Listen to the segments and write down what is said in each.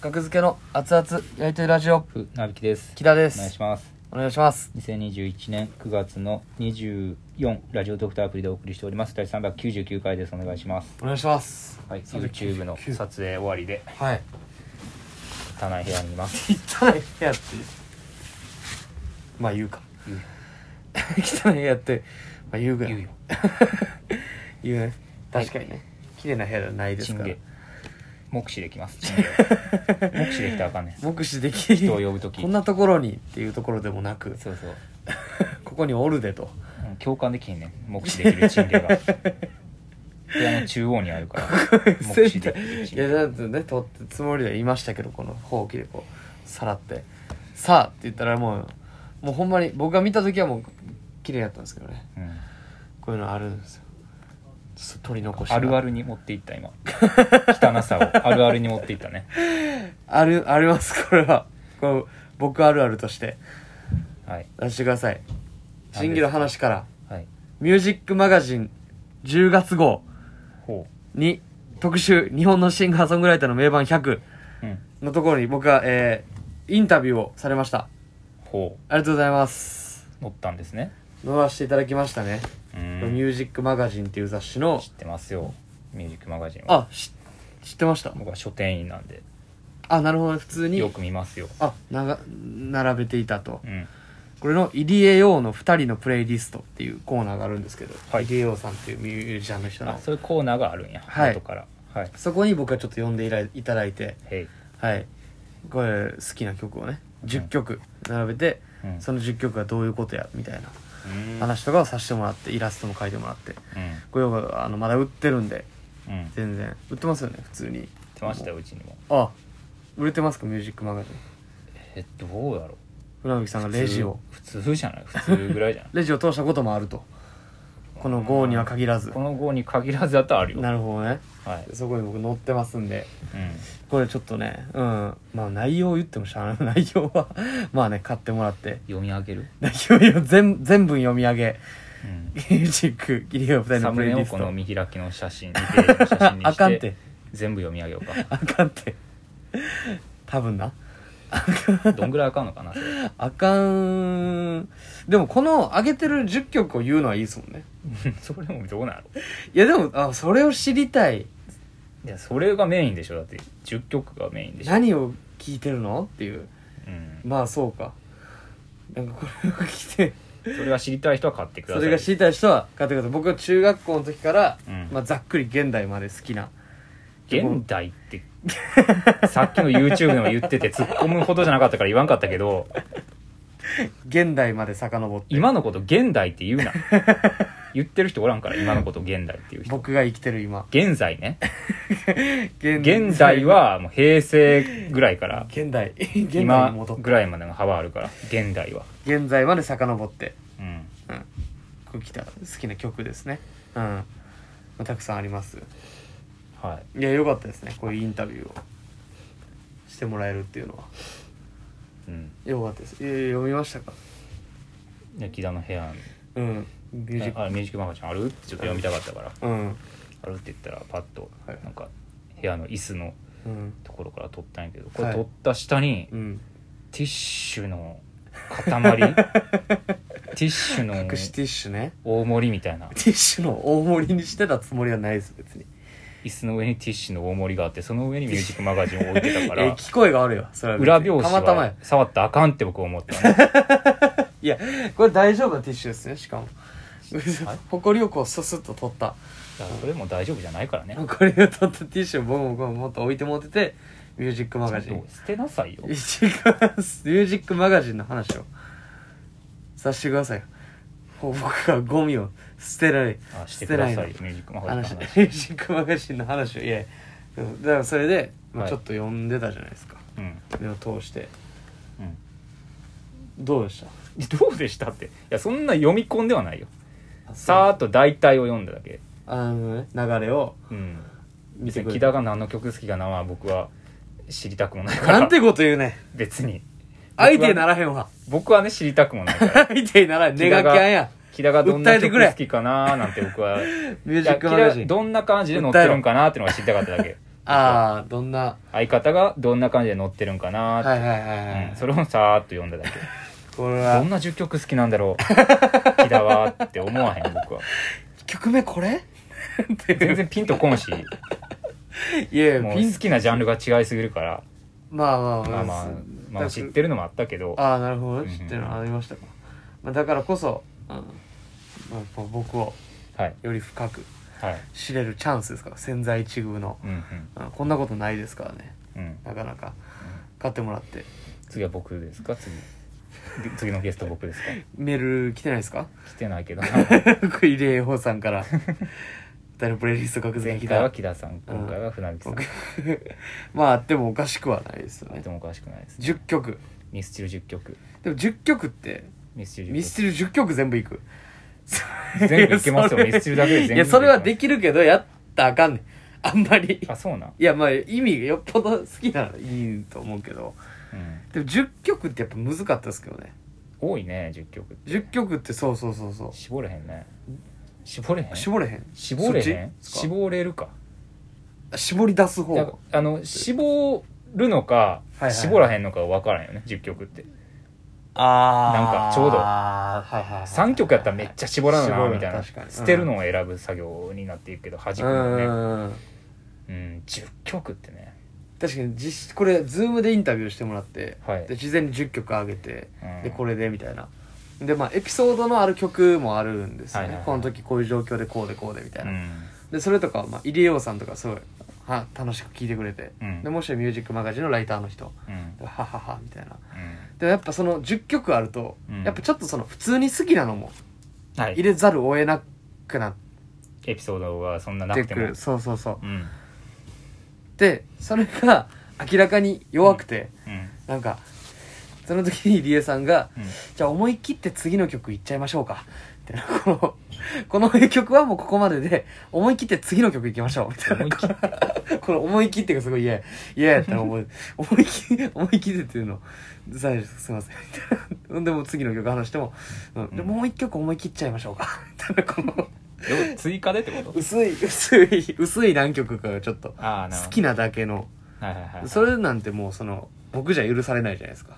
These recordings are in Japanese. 学付けの熱々焼いてるラジオふなびきです木田でお願いしすますお願いします2021年9月の24ラジオドクターアプリでお送りしております第399回ですお願いしますお願いしますはい399 YouTube の撮影終わりではい汚い部屋にいます汚い部屋ってまあ言うか 汚い部屋ってまあ言うぐらい言うよ 言うねはい確かにね綺麗な部屋ではないですチンからゲ目視できますチンゲ 目視できたらあかんねん目視でき人を呼ぶときこんなところにっていうところでもなくそうそうここにおるでとうん共感できへんねん目視できるチンゲ が部屋の中央にあるから 目視できるチンいやゲだってね取ったつもりでは言いましたけどこのほうきでこうさらって「さあ」って言ったらもうもうほんまに僕が見た時はもう綺麗やったんですけどねうんこういうのあるんですよそう取り残しがあるあるに持っていった 今汚さをあるあるに持っていったねあるありますこれはこれ僕あるあるとしてはい出してください審議の話からはい「ミュージックマガジン」10月号ほに特集「日本のシンガーソングライターの名盤100ううん」のところに僕が、えーインタビューをされましたほありがとうございますう乗ったんですね乗らせていただきましたね、うミんュージックマガジンっていう雑誌の知ってますよミュージックマガジンはあし知ってました僕は書店員なんであなるほど普通よにく見ますよあなが並べていたとうんこれの入江洋の2人のプレイリストっていうコーナーがあるんですけど、はい入江洋さんっていうミュージシャンの人あのそういうコーナーがあるんやはい後からはいそこに僕はちょっと呼んでいらいただいてへいはいこれ好きな曲をねう10ん曲並べて、うんその10曲がどういうことやみたいなうん話とかをさせてもらってイラストも描いてもらってうんこれはあのまだ売ってるんでうん出全然売ってますよね普通にましたようちにもあ売れてますかミュージックマガジンえどうやろ船引さんがうレジを普通普通じゃない普通ぐらいじゃないレジを通したこともあるとこの号には限らずこの号に限らずだとあるよなるほどねはいそこに僕載ってますんでうんこれちょっとねうんまあ内容を言ってもしゃあない内容は まあね買ってもらって読み上げる内容を全全文読み上げうんミュージックギリオ二人サのプムレネイをリスこトの見開きの写真2ページの写真に してあかんて全部読み上げようかあかんって多分などんぐらいあかんのかなそれあかんでもこの上げてる10曲を言うのはいいですもんね それもどうなのいやでもあそれを知りたいいやそれがメインでしょだって10曲がメインでしょ、何を聞いてるのっていううん、まあそうかなんかこれを聞いてそれが知りたい人は買ってくだそさいれが知りたい人は買ってください僕は中学校の時から、うんまあ、ざっくり現代まで好きな現代って さっきの YouTube でも言ってて突っ込むほどじゃなかったから言わんかったけど現代まで遡って今のこと現代って言うな言ってる人おらんから今のこと現代っていう人僕が生きてる今現在ね現現在はもう平成ぐらいから現代現代に今戻ってぐらいまでの幅あるから現代は現在まで遡って、うんうん、これ来た好きな曲ですねうん、まあ、たくさんありますはいいや良かったですねこういうインタビューをしてもらえるっていうのはうん良かったですいやいや読みましたかで木田の部屋うんミュージックあミュージックマガジンあるってちょっと読みたかったからうんあるって言ったらパッとはいなんか部屋の椅子のうんところから取ったんやけどこはれい取った下にうんティッシュの 塊ティッシュの隠しティッシュね大盛りみたいなティッシュの大盛りにしてたつもりはないです別に椅子の上にティッシュの大盛りがあってその上にミュージックマガジンを置いてたか えら聞こえがあるよそれは別に裏表紙たまたまはや触ったらあかんって僕思った ねいやこれ大丈夫なティッシュですねしかもはいほこりをこうススッと取っただからそれも大丈夫じゃないからねほこりを取ったティッシュをボンボンボンもっと置いてもっててミュージックマガジンちょっと捨てなさいよミュージックミュージックマガジンの話をさせてくださいよほ僕がゴミを捨てられあして捨てくだなさいいよのミュージックマガ話ジンミュの話ージックマガジンの話 をいやいやだからそれで、まあ、はいちょっと読んでたじゃないですか、うん目を通してうんどうでしたどうでしたっていやそんな読み込んではないよさーっと大体を読んだだけあのね流れをうん見別てにく木れ田たが何の曲好きかなは僕は知りたくもないからなんてこと言うね別に相手にならへん わ僕はね知りたくもないから相手にならへん木ネ田ガがキャンや木田がどん訴えなてく曲れ好きかななんて僕はミュー いジッやク木マガ田ジンどんな感じで乗ってるんかなっていうのが知りたかっただけああどんな相方がどんな感じで乗ってるんかなってはいはいはいはい、うんそれをさーっと読んだだけこれどはんな10曲好きなん だろう木田はって思わへん僕は1曲目これって全然ピンとこんしいやいやもうピン好きなジャンルが違いすぎるからまあまあまあまあまあ知ってるのもあったけどああなるほどねうんうん知ってるのありましたか、まあ、だからこそ、うんまあ、やっぱ僕をはいより深くはい知れるチャンスですから千載一遇の、うんうんうんこんなことないですからねうんなかなか買ってもらって次は僕ですか次で次のゲスト 僕ですかメール来てないですか 来てないけど入江洋さんから「誰プレイリスト確然前回来はた木田さん今回は船木さん」 まああってもおかしくはないですよあっねてもおかしくないです10曲ミスチル10曲でも10曲ってミスチルミス10チル10曲全部いく曲全部いけ ますよミスチルだけで全部いやそれはでききるけどやったらあかんねんあんまりあそうなんいやまあ意味がよっぽど好きならいいと思うけどうんでも10曲ってやっぱ難かったですけどね多いね10曲って10曲ってそうそうそうそう絞れへんね絞れへん絞れへん絞それへんっちですか絞れるか絞り出すだか方らあの絞るのかいはいはい絞らへんのか分からんよね10曲ってあーなんかちょうど3 3曲やったらめっちゃ絞らん絞なるみたいな確かに捨てるのを選ぶ作業になっていくけど弾くのねうんうん10曲ってね確かに実これズームでインタビューしてもらってはいで事前に10曲あげてうんでこれでみたいなでまあエピソードのある曲もあるんですよはいはねいはいこの時こういう状況でこうでこうでみたいうなんでそれとか、まあ、入江洋さんとかすごいは楽しく聴いてくれて、うんでもしはミュージックマガジンのライターの人うんははははみたいなうんでもやっぱその10曲あると、うんやっぱちょっとその普通に好きなのもは入いれざるを得なくなっエピソードはそんななてくてくもるそうそうそううんでそれが明らかに弱くて、うんなんかその時に入江さんがうん「じゃあ思い切って次の曲いっちゃいましょうか」みたいなこの この曲はもうここまでで思い切って次の曲いきましょうみたいな思い切ってこの思い切ってがすごい嫌や嫌やったら思い 思い切思い切ってっていうの最初すいませんみたいなほんで もう次の曲話しても、うんでうんもう一曲思い切っちゃいましょうか みたいなこのよ追加でってこと薄い薄い薄い何曲かがちょっとああなるほ好どきなだけのはいはいはいそれなんてもうその僕じゃ許されないじゃないですか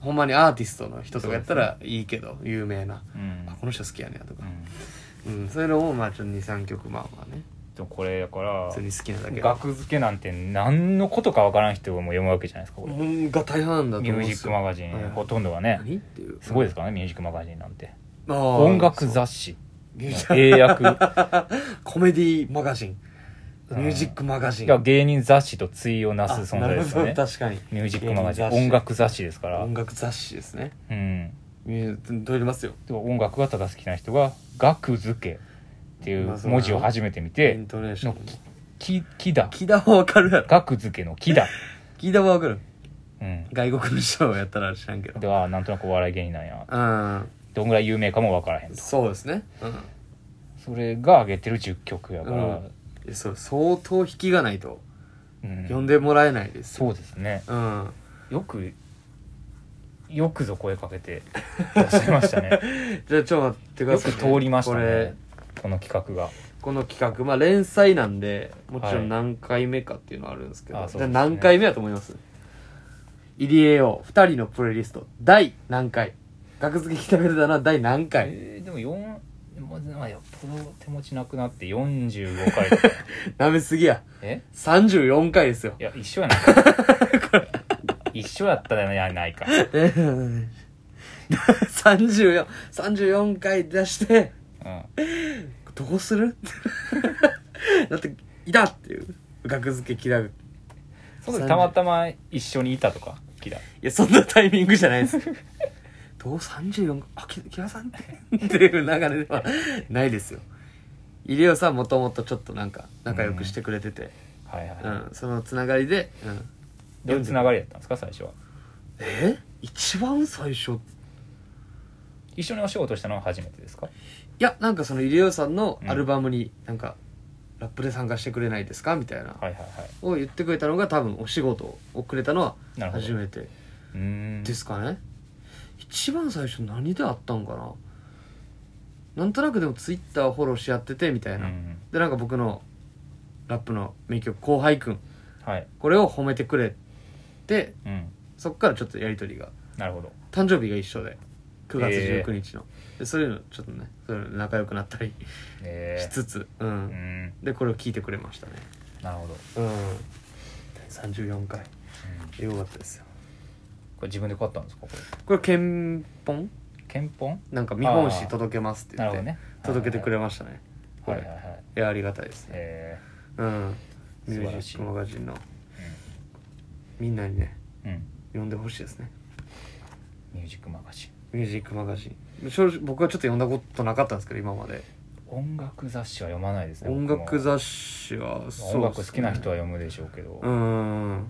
ほんまにアーティストの人とかやったらいいけど、有名なうんあこの人好きやねやとかう、んうん、そういうのもまあちょっと23曲まあまあねでもこれだから普通に好きなだけの額付けなんて何のことかわからん人も読むわけじゃないですかこれうんが大半だとミ思うュんーでジッすクよマガジはいンほとんどはね何っていうすごいですからねミュージックマガジンなんてあー音楽雑誌そういや英 訳コメディマガジンうんミュージックマガジンが芸人雑誌と対をなすあ存在ですよなねるほど確かにミュージックマガジン芸人雑誌音楽雑誌ですから音楽雑誌ですねうんミュー通りますよでも音楽がただ好きな人が「額付け」っていう文字を初めて見てイントネーショのン「き」「きだ」木田はわかるや「ろ額付け」の「きだ木田はわかる」うん外国の人をやったら知らんけどではなんとなくお笑い芸人なんやうんどんぐらい有名かもわからへんとそうですねうんそれが上げてる10曲やかうらんいやそう相当引きがないとうん呼んでもらえないですそうですねうんよくよくぞ声かけていらっしゃいました ねじゃあちょっと待ってくだよさくいね通りましたこれねこの企画がこの企画まあ連載なんでもちろはいん何回目かっていうのはあるんですけど、あじゃそうであすね何回目だと思います入江洋2人のプレイリスト第何回学付け北ベルだな第何回えーでも4まあまあよっぽど手持ちなくなって45回 とかなめすぎやえ34回ですよいや一緒 やな一緒やったらやないか3434 34回出してうんどうする だっていたっていう学付け嫌うその時たまたま一緒にいたとかキラいやそんなタイミングじゃないですどう34あき木田さんってっていう流れではないですよ入江さんもともとちょっとなんか仲良くしてくれてて、はいはい、うはいんそのつながりで、うん、どういうつながりやったんですか最初はえ一番最初い一緒にお仕事したのは初めてですかやなんかその入江さんのアルバムになんか、ラップで参加してくれないですかみたいな、はいはいはいを言ってくれたのが多分お仕事をくれたのはなるほど初めてうーんですかね一番最初何であったんかななんとなくでもツイッターフォローし合っててみたいな、うんでなんか僕のラップの名曲「後輩くん」はいこれを褒めてくれってうんそっからちょっとやり取りがなるほど誕生日が一緒で9月えー19日の、でそういうのちょっとねそういうの仲良くなったりえしつつ、うー、うんんでこれを聞いてくれましたねなるほど、うん、うん34回よかったですよこれ自分で買ったんですかこれこれ憲本憲本なんか見本紙届けますってな言るって、ほどね届けてくれまましたねすこはれ、いはいはいいやありがたいですねえうん「ミ素ュ晴ーらジしッいクマガジン」のみんなにねー、うん、うん読んでほしいですねミュージックマガジン「ミュージックマガジン」正直僕はちょっと読んだことなかったんですけど今まで音楽雑誌は読まないですね音楽誌雑誌はそう音楽好きな人はよ読むでしょうけど、うん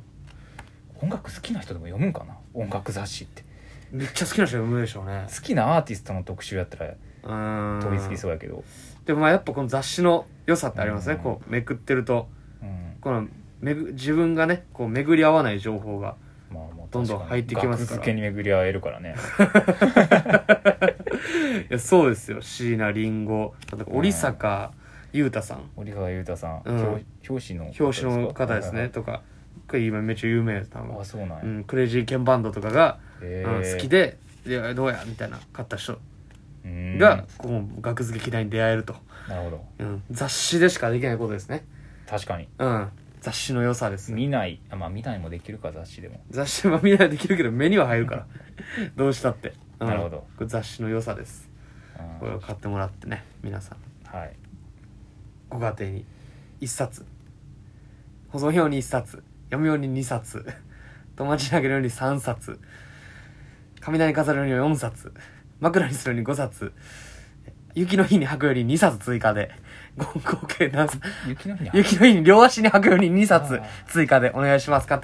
音楽好きな人でも読むんかな音楽雑誌ってめっちゃ好きな人は読むでしょうね好きなアーティストの特集やったらうん飛びつきそうやけど、でもまあやっぱこの雑誌の良さってありますねうんこうめくってるとうん、このめぐ自分がねこう巡り合わない情報 がまあもうどんどん入ってきますからから学付けに巡り合えるから ねいやそうですよ椎名林檎あと織坂優太さん折川裕太さん、うん表表紙の方表紙の方ですはねいとかこれ今めっちゃ有名です多はいはい分あ、そうなんや、うん、クレイジーケンバンドとかが、へうんー好きで「いやどうや?」みたいな買った人うんが、こう学付け嫌いに出会えると、なるほどうん、雑誌でしかできないことですね、確かにうん、雑誌の良さです見ないあまあ見ないもできるか雑誌でも雑誌は見ないできるけど目には入るから どうしたって、うんなるほどこれ雑誌の良さですうんこれを買ってもらってね皆さんはいご家庭に1冊保存用に1冊読む用に2冊友達にあげるように3冊雷に飾るように4冊枕にするように5冊雪の日に履くより2冊追加で合合計何冊雪の日に 雪の日に両足に履くように2冊あー追加でお願いします買っ